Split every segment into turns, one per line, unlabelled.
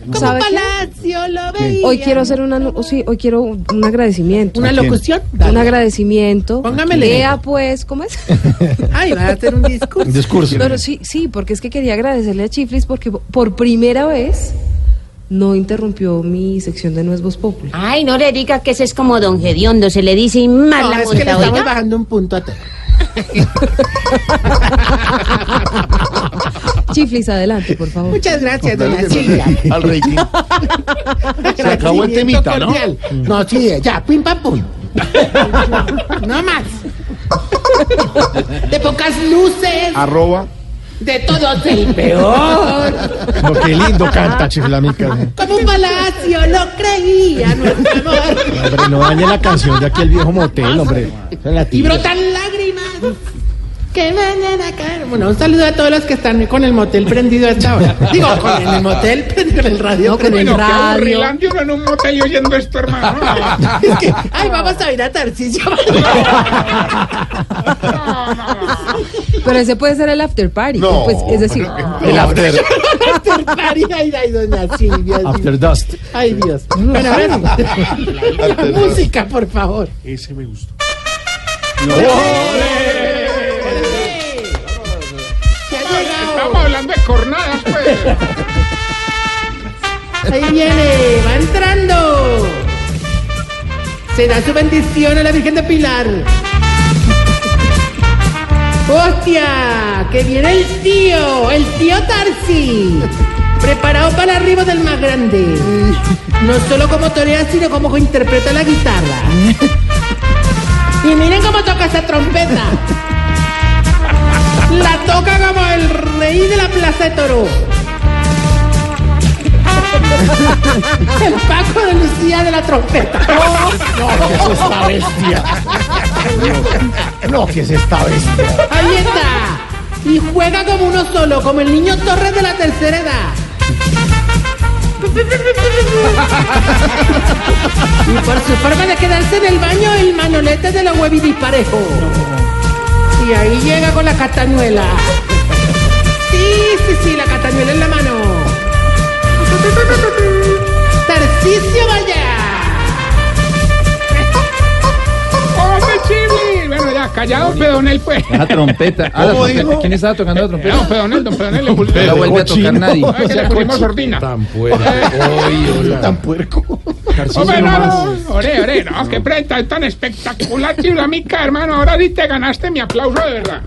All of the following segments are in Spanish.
Como
¿Sabe qué?
Palacio lo veía.
Hoy quiero hacer una, oh, sí, hoy quiero un agradecimiento.
¿Una
¿A quién?
locución?
Un
Dale.
agradecimiento.
Póngamele.
Vea, pues, ¿cómo es?
Ay, vas a hacer un
Un
discurso.
discurso.
Pero sí, sí, porque es que quería agradecerle a Chiflis porque por primera vez no interrumpió mi sección de Nuez Voz Popular.
Ay, no le diga que ese es como don Gediondo, se le dice y más
No,
la
Ah, es que le
multa,
estamos
oiga.
bajando un punto a todo.
Chiflis, adelante, por favor.
Muchas gracias, doña Silvia.
Al rating. Se acabó el
Agradecimiento
temita, ¿no?
cordial. No, sí, ya, pim pam pum. No más. De pocas luces,
Arroba.
de todos el peor.
No, qué lindo canta Chiflamica.
Como un palacio lo creía nuestro amor.
Hombre, no dañe la canción de aquí el viejo motel, hombre. Se la
Y
tira.
brotan lágrimas que van a caer. Bueno, un saludo a todos los que están con el motel prendido a esta hora. Digo, con el motel prendido, con el radio
No, con el
prendido.
radio.
Aburrilandia uno en un motel y oyendo esto, hermano. No,
Es que, ay, vamos a ir a Tarcisio.
Pero ese puede ser el after party.
No,
pues, es decir,
El after.
Ay, ay, ay, doña Silvia.
After dust.
Ay, Dios. Bueno, ahora sí. Música, por favor.
Ese me gustó.
Se ha llegado.
Estamos hablando de cornadas, pues.
Ahí viene, va entrando. Se da su bendición a la Virgen de Pilar. ¡Hostia! ¡Que viene el tío! ¡El tío Tarsi! Preparado para el arribo del más grande. No solo como torea, sino como interpreta la guitarra. Y miren cómo toca esa trompeta. La toca como el rey de la plaza de toro. El Paco de Lucía de la trompeta.
¿Qué es esta bestia? No, ¿qué es esta bestia?
Ahí está. Y juega como uno solo, como el niño Torres de la tercera edad. Y por su forma de quedarse en el baño, el manolete de la huevi disparejo. Y ahí llega con la castañuela. Sí, sí, sí, la castañuela en la mano. Tarcicio vaya.
¡Hombre, Chibli! Bueno, ya, callado, pedonel, pues.
La trompeta. Ah, la
¿Cómo
trompeta.
dijo?
¿Quién estaba tocando la trompeta?
Don pedonel, don pedonel, le
No la
pulpé.
vuelve a
cochino.
tocar nadie.
Ay, que le pusimos sordina. Eh,
Tan puerco.
Hombre, no, no, ore, ore, no, qué prenda tan espectacular, Chiflamica, hermano. Ahora sí te ganaste mi aplauso, de verdad.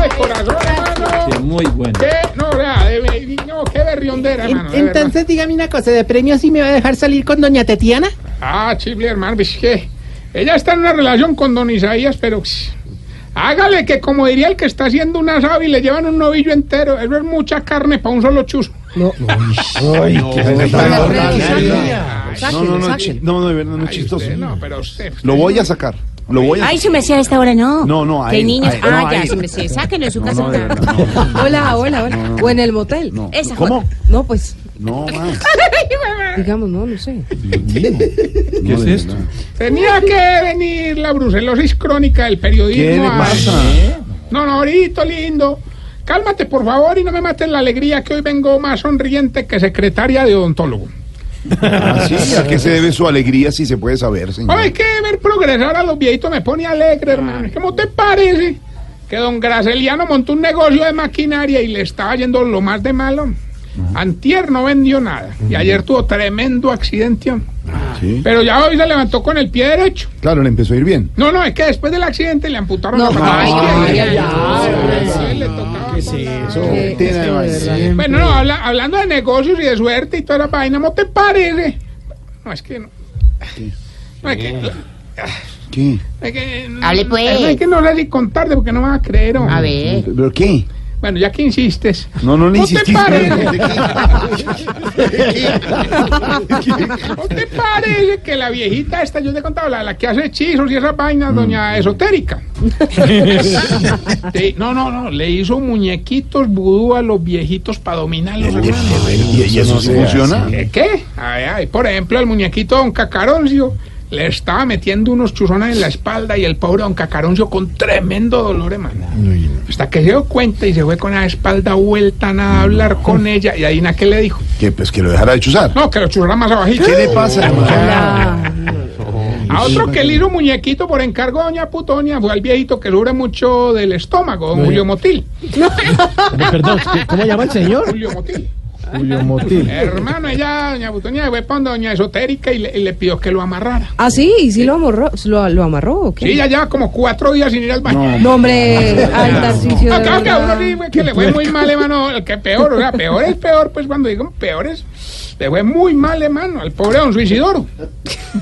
Ay, corazón, hermano.
Sí, muy bueno.
Qué, no, vea, de- no, qué berriondera, hermano. de verdad.
Entonces dígame una cosa, ¿de premio sí me va a dejar salir con doña Tetiana?
Ah, Chifle, hermano, pues que ella está en una relación con don Isaías, pero pss, hágale que como diría el que está haciendo una asado y le llevan un novillo entero, eso es mucha carne para un solo chuzo.
Ay, qué
Sáquenlo, sáquenlo.
no, no, de verdad, no es
Ay, usted,
chistoso.
no, pero usted- usted-
Lo voy a sacar. Lo voy a
Ay, se me hacía a esta hora, no.
No, no, a
Que
él,
niños.
a él,
Ah,
no, a
ya,
él.
se me hacía. Sáquenlo de su casa.
no, de verdad, no.
Hola, hola, hola. O en el motel. No,
Esa
¿Cómo?
jota.
pues,
No, más.
digamos, no, no sé.
¿Qué es esto?
Tenía que venir la brucelosis crónica del periodismo.
¿Qué le
a-
pasa?
No, no, ahorita, lindo. Cálmate, por favor, y no me mates la alegría que hoy vengo más sonriente que secretaria de odontólogo.
Ah, sí, ¿A qué se debe su alegría si se puede saber, señor?
Hombre, es que ver progresar a los viejitos me pone alegre, hermano. ¿Cómo te parece que don Graceliano montó un negocio de maquinaria y le estaba yendo lo más de malo? Antier no vendió nada y ayer tuvo tremendo accidente. hombre.
Ah, Sí.
Pero ya hoy se levantó con el pie derecho.
Claro, le empezó a ir bien.
No, no, es que después del accidente le amputaron
No,
la mano
ay,
izquierda.
ay, ay,
Ay, sí, le tocaba con la-
Eh,
Tiene
es que
más.
de verdad.
Bueno, no, habla- hablando de negocios y de suerte y toda la vaina, ¿no te parece? No, es que no. No, es que,
¿Qué?
es que-
Hable, pues.
no, Es que no sé si contarte porque no me vas a creer. hombre.
A
Eh.
ver.
¿Pero qué?
Bueno, ya que insistes.
No, no le
¿No
insistí.
te parece? ¿No te parece que la viejita esta, yo te he contado, la, la que hace hechizos y esas vainas,
Mm.
doña esotérica? Sí, no, no, no, le hizo muñequitos vudú a los viejitos para dominarlos. hermano.
¿Y, y eso sí funciona?
¿Qué? qué? Ay, ay, por ejemplo, el muñequito Don Cacaroncio le estaba metiendo unos chuzones en la espalda y el pobre Don Cacaroncio con tremendo dolor, hermano. Hasta que se dio cuenta y se fue con la espalda vuelta nada a hablar con ella. Y Adina, ¿qué le dijo?
Que pues que lo dejara de chuzar.
No, que lo churra más abajito.
¿Qué le pasa?
Ah,
A otro que lindo muñequito por encargo de Doña Putonia fue al viejito que sufre mucho del estómago, don Julio Motil.
Perdón, ¿cómo llama el señor?
Julio Motil.
Julio Motil.
Hermano, ella, Doña Putonia, fue para Doña Esotérica y le, y le pidió que lo amarrara.
ah, sí, y sí lo amarró, lo, lo amarró ¿o qué?
Sí, ya lleva como cuatro días sin ir al baño.
No, hombre, al Tarcisio, de
Acá que a uno
verdad.
le fue- que le fue muy mal, hermano, el que peor, o sea, peor es peor, pues cuando digo peor es, le fue muy mal, hermano, al pobre don Suicidoro. ¿No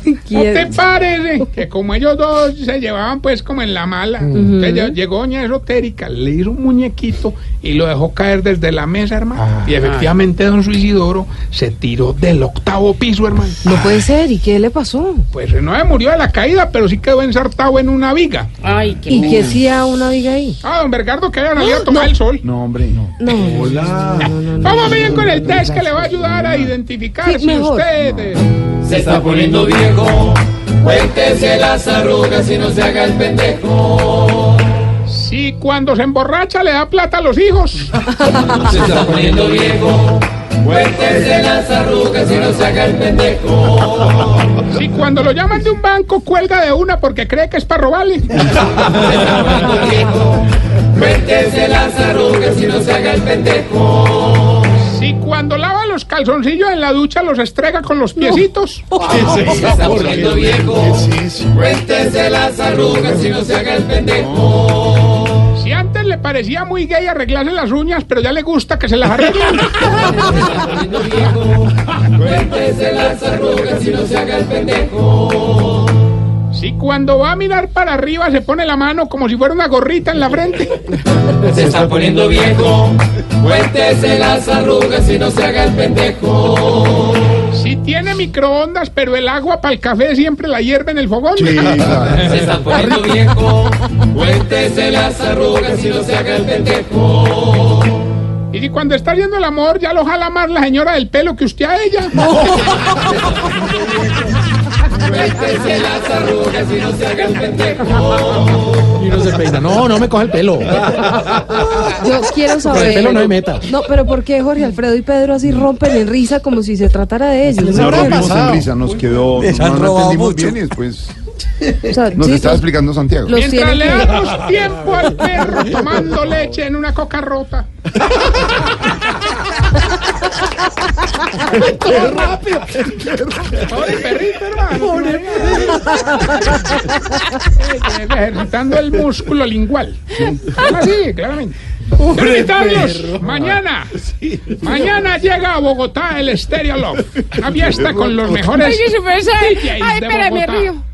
te
¿Quién?
parece que como ellos dos se llevaban pues como en la mala, entonces lle- llegó doña esotérica, le hizo un muñequito y lo dejó caer desde la mesa, hermano. y efectivamente don Suicidoro se tiró del octavo piso, hermano.
No puede ser, ¿y qué le pasó?
Pues no se murió de la caída, pero sí quedó ensartado en una viga.
Ay, qué
¿Y qué hacía una viga ahí?
Ah, don Bergardo, que habían salido a tomar el sol.
No, hombre. No.
No,
Hola.
Vamos bien con el test que le va a ayudar a identificar
Sí,
si
mejor.
usted eh,
Se está poniendo viejo, cuéntese las arrugas y no se haga el pendejo.
si cuando se emborracha le da plata a los hijos,
Se está poniendo viejo, cuéntese las arrugas y no se haga el pendejo.
si cuando lo llaman de un banco cuelga de una porque cree que es para robarle.
Se está poniendo viejo, cuéntese las arrugas y no se haga el pendejo.
Si cuando lava los calzoncillos en la ducha los estrega con los piecitos.
Se está poniendo viejo, cuéntese las arrugas y no se haga el pendejo.
Si antes le parecía muy gay arreglarse las uñas, pero ya le gusta que se las arreglen.
Cuéntese las arrugas y no se haga el pendejo.
Si cuando va a mirar para arriba se pone la mano como si fuera una gorrita en la frente.
Se está poniendo viejo. Cuéntese las arrugas y no se haga el pendejo.
Si tiene microondas, pero el agua para el café siempre la hierve en el fogón.
Se está poniendo viejo. Cuéntese las arrugas y no se haga el pendejo.
Y si cuando está haciendo el amor ya lo jala más la señora del pelo que usted a ella.
Cuéntese las arrugas y no se haga el pendejo.
Y no se peina. No, no me coge el pelo.
yo quiero saber.
el pelo no hay meta.
No, pero ¿por qué Jorge Alfredo y Pedro así rompen en risa como si se tratara de ellos?
Les
No
habrá
lo vimos
pasado.
en risa, nos quedó.
Les
No,
han
no
robado
entendimos
mucho.
bien y después
O sea,
nos
sí,
estaba
son-
explicando Santiago.
Los-
Mientras
tiene
le
que-
damos tiempo al perro tomando leche en una coca rota. rápido! ¡Pobre perrito, hermano! Eh, Ejercitando el músculo lingual. Ah, sí, claramente. Quiero invitarlos mañana. Mañana llega a Bogotá el Stereo Love. Una fiesta con los mejores DJs de Bogotá.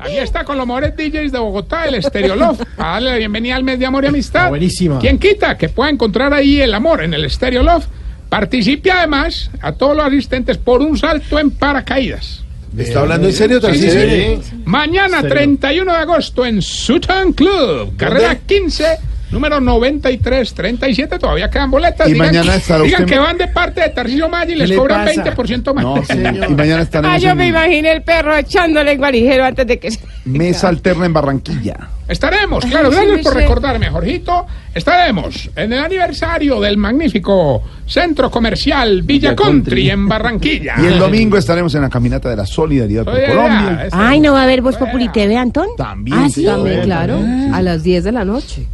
Aquí está con los mejores DJs de Bogotá, el Stereo Love. Para darle la bienvenida al mes de amor y amistad.
Buenísima.
¿Quién quita que pueda encontrar ahí el amor en el Stereo Love? Participe además a todos los asistentes por un salto en paracaídas.
¿Está hablando en serio,
Sí, sí. Mañana 31 de agosto en Sutton Club, carrera 15. Número 93, 37, todavía quedan boletas.
Y
digan
mañana estará
digan
usted-
que van de parte de Tarcillo Maya y les
le
cobran
pasa?
20% más.
No, señor. Y mañana estaremos en
imaginé el perro echándole el valijero antes de que se...
Mesa Alterna en Barranquilla.
Estaremos, claro,
sí,
gracias
me
por
sé.
recordarme, Jorgito. Estaremos en el aniversario del magnífico Centro Comercial Villa Country en Barranquilla.
Y el domingo estaremos en la caminata de la solidaridad por
Ah. Oye, ya,
Colombia.
este-
Ay, ¿no va a haber Voz Populi TV, Antón?
También,
¿Ah, sí?
señor.
También, claro, a las 10 de la noche.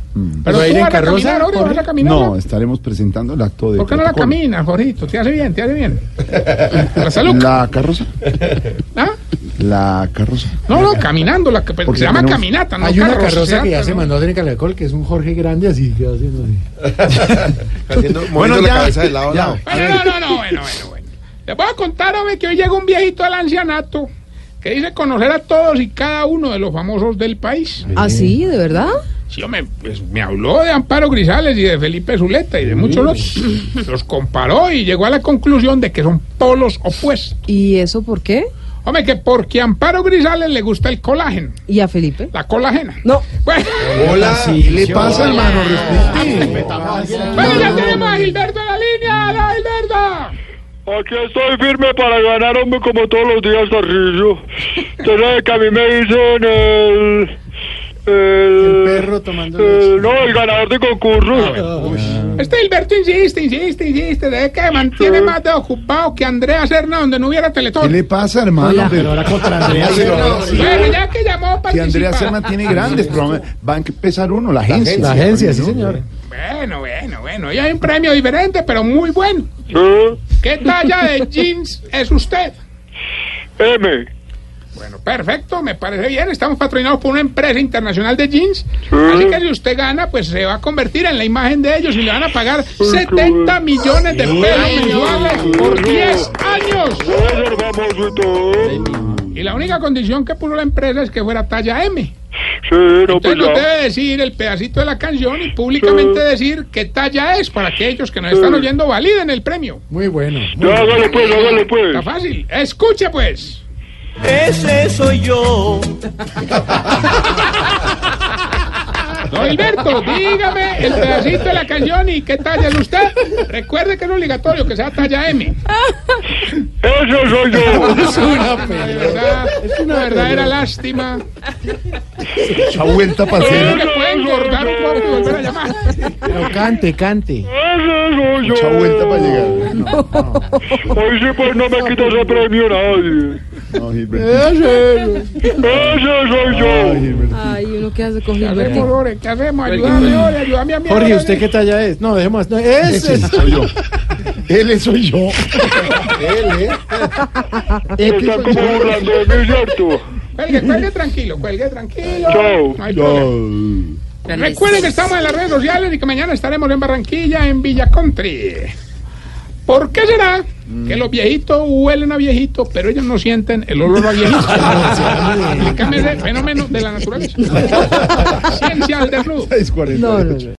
Pero
¿Va a
tú
ir en
vas a
carroza,
caminar, Jorge, vas
Jorge?
a caminar.
No, estaremos presentando el acto de.
¿Por qué no la
protocolo.
caminas, Jorgito? Te hace bien, te hace bien. La salud.
La carroza.
¿Ah?
La carroza.
No, no, caminando. La, que-
Porque
se llama
tenemos-
caminata, Ah, no
Hay una
carroza,
carroza que
¿cierto?
ya se mandó a hacer en Caracol, que es un Jorge grande así, que va haciendo así.
Bueno, la cabeza de lado a lado.
Bueno, no, no, no, bueno, bueno, bueno. Les voy a contar, hombre, que hoy llega un viejito al ancianato que dice conocer a todos y cada uno de los famosos del país.
¿Ah, sí? ¿De verdad?
Sí, hombre, pues, me habló de Amparo Grisales y de Felipe Zuleta y de muchos otros. Los comparó y llegó a la conclusión de que son polos opuestos.
¿Y eso por qué?
Hombre, que porque a Amparo Grisales le gusta el colágeno,
¿Y a Felipe?
la colagena.
No.
Bueno,
Hola, ¿qué le pasa, hermano? Respete.
bueno, ya tenemos a Gilberto en la línea, ¡Hola, Gilberto.
Aquí estoy firme para ganar, hombre, como todos los días, Tarcillo. Tú sabes que a mí me dicen el... El
Perro tomando
Eh,
leche.
no, el ganador de concurso.
Este Gilberto insiste, insiste, insiste, de que mantiene más de ocupado que Andrea Serna donde no hubiera
¿Qué
Teletón.
Ah. le pasa, hermano?
Hola.
Pero ahora contra Andrea Serna. sí.
Bueno, ya que llamó para
Que Andrea Serna tiene grandes programas. Va a empezar uno, la agencia.
La agencia, sí, señor.
Bueno, bueno, bueno. Y hay un premio diferente, pero muy bueno.
Eh,
¿Qué talla de jeans es usted?
M.
Bueno, perfecto, me parece bien. Estamos patrocinados por una empresa internacional de jeans. Así que si usted gana, pues se va a convertir en la imagen de ellos y le van a pagar 70 millones de pesos mensuales por 10 años.
Ser famoso y todo.
Y la única condición que puso la empresa es que fuera talla M.
Sí, no, pues
Entonces nos
ya.
debe decir el pedacito de la canción y públicamente decir qué talla es para que ellos que nos están oyendo validen el premio.
Muy bueno.
Ya, hágale pues, hágale
Está
pues.
fácil. Escuche pues.
Ese soy yo.
Don Gilberto, dígame el pedacito de la canción y qué talla es usted. Recuerde que es obligatorio que sea talla M.
Eso soy yo.
Es una
La
pena.
verdad, una verdadera lástima.
Esa vuelta para
Creo que
hacer.
puede engordar un poco y volver a llamar.
Pero cante, cante.
Eso soy
Mucha vuelta para
yo.
llegar. No,
Hoy sí, pues no me quita ese premio nadie.
no, Gilberto.
Eso soy
Ay,
yo.
Gilberto.
Ay, uno que hace con
¿Qué hacemos,
Gilberto.
Jorge? ¿Qué hacemos? Ayúdame, Jorge, ayúdame a mí.
Jorge,
Jorge.
¿usted qué talla es? No, dejemos. No, ese es.
Ese soy yo. Él soy yo. Él, ¿eh?
Se están como burlando de mí, ¿cierto?
Cuelgue, cuelgue tranquilo, cuelgue tranquilo.
Chao.
No hay problema.
Yo.
Recuerden que estamos en las redes sociales y que mañana estaremos en Barranquilla, en Villa Country. ¿Por qué será que los viejitos huelen a viejitos, pero ellos no sienten el olor a viejitos? Explícame ese fenómeno de la naturaleza. Ciencia al desnudo.
6:48. né?
No, no, no.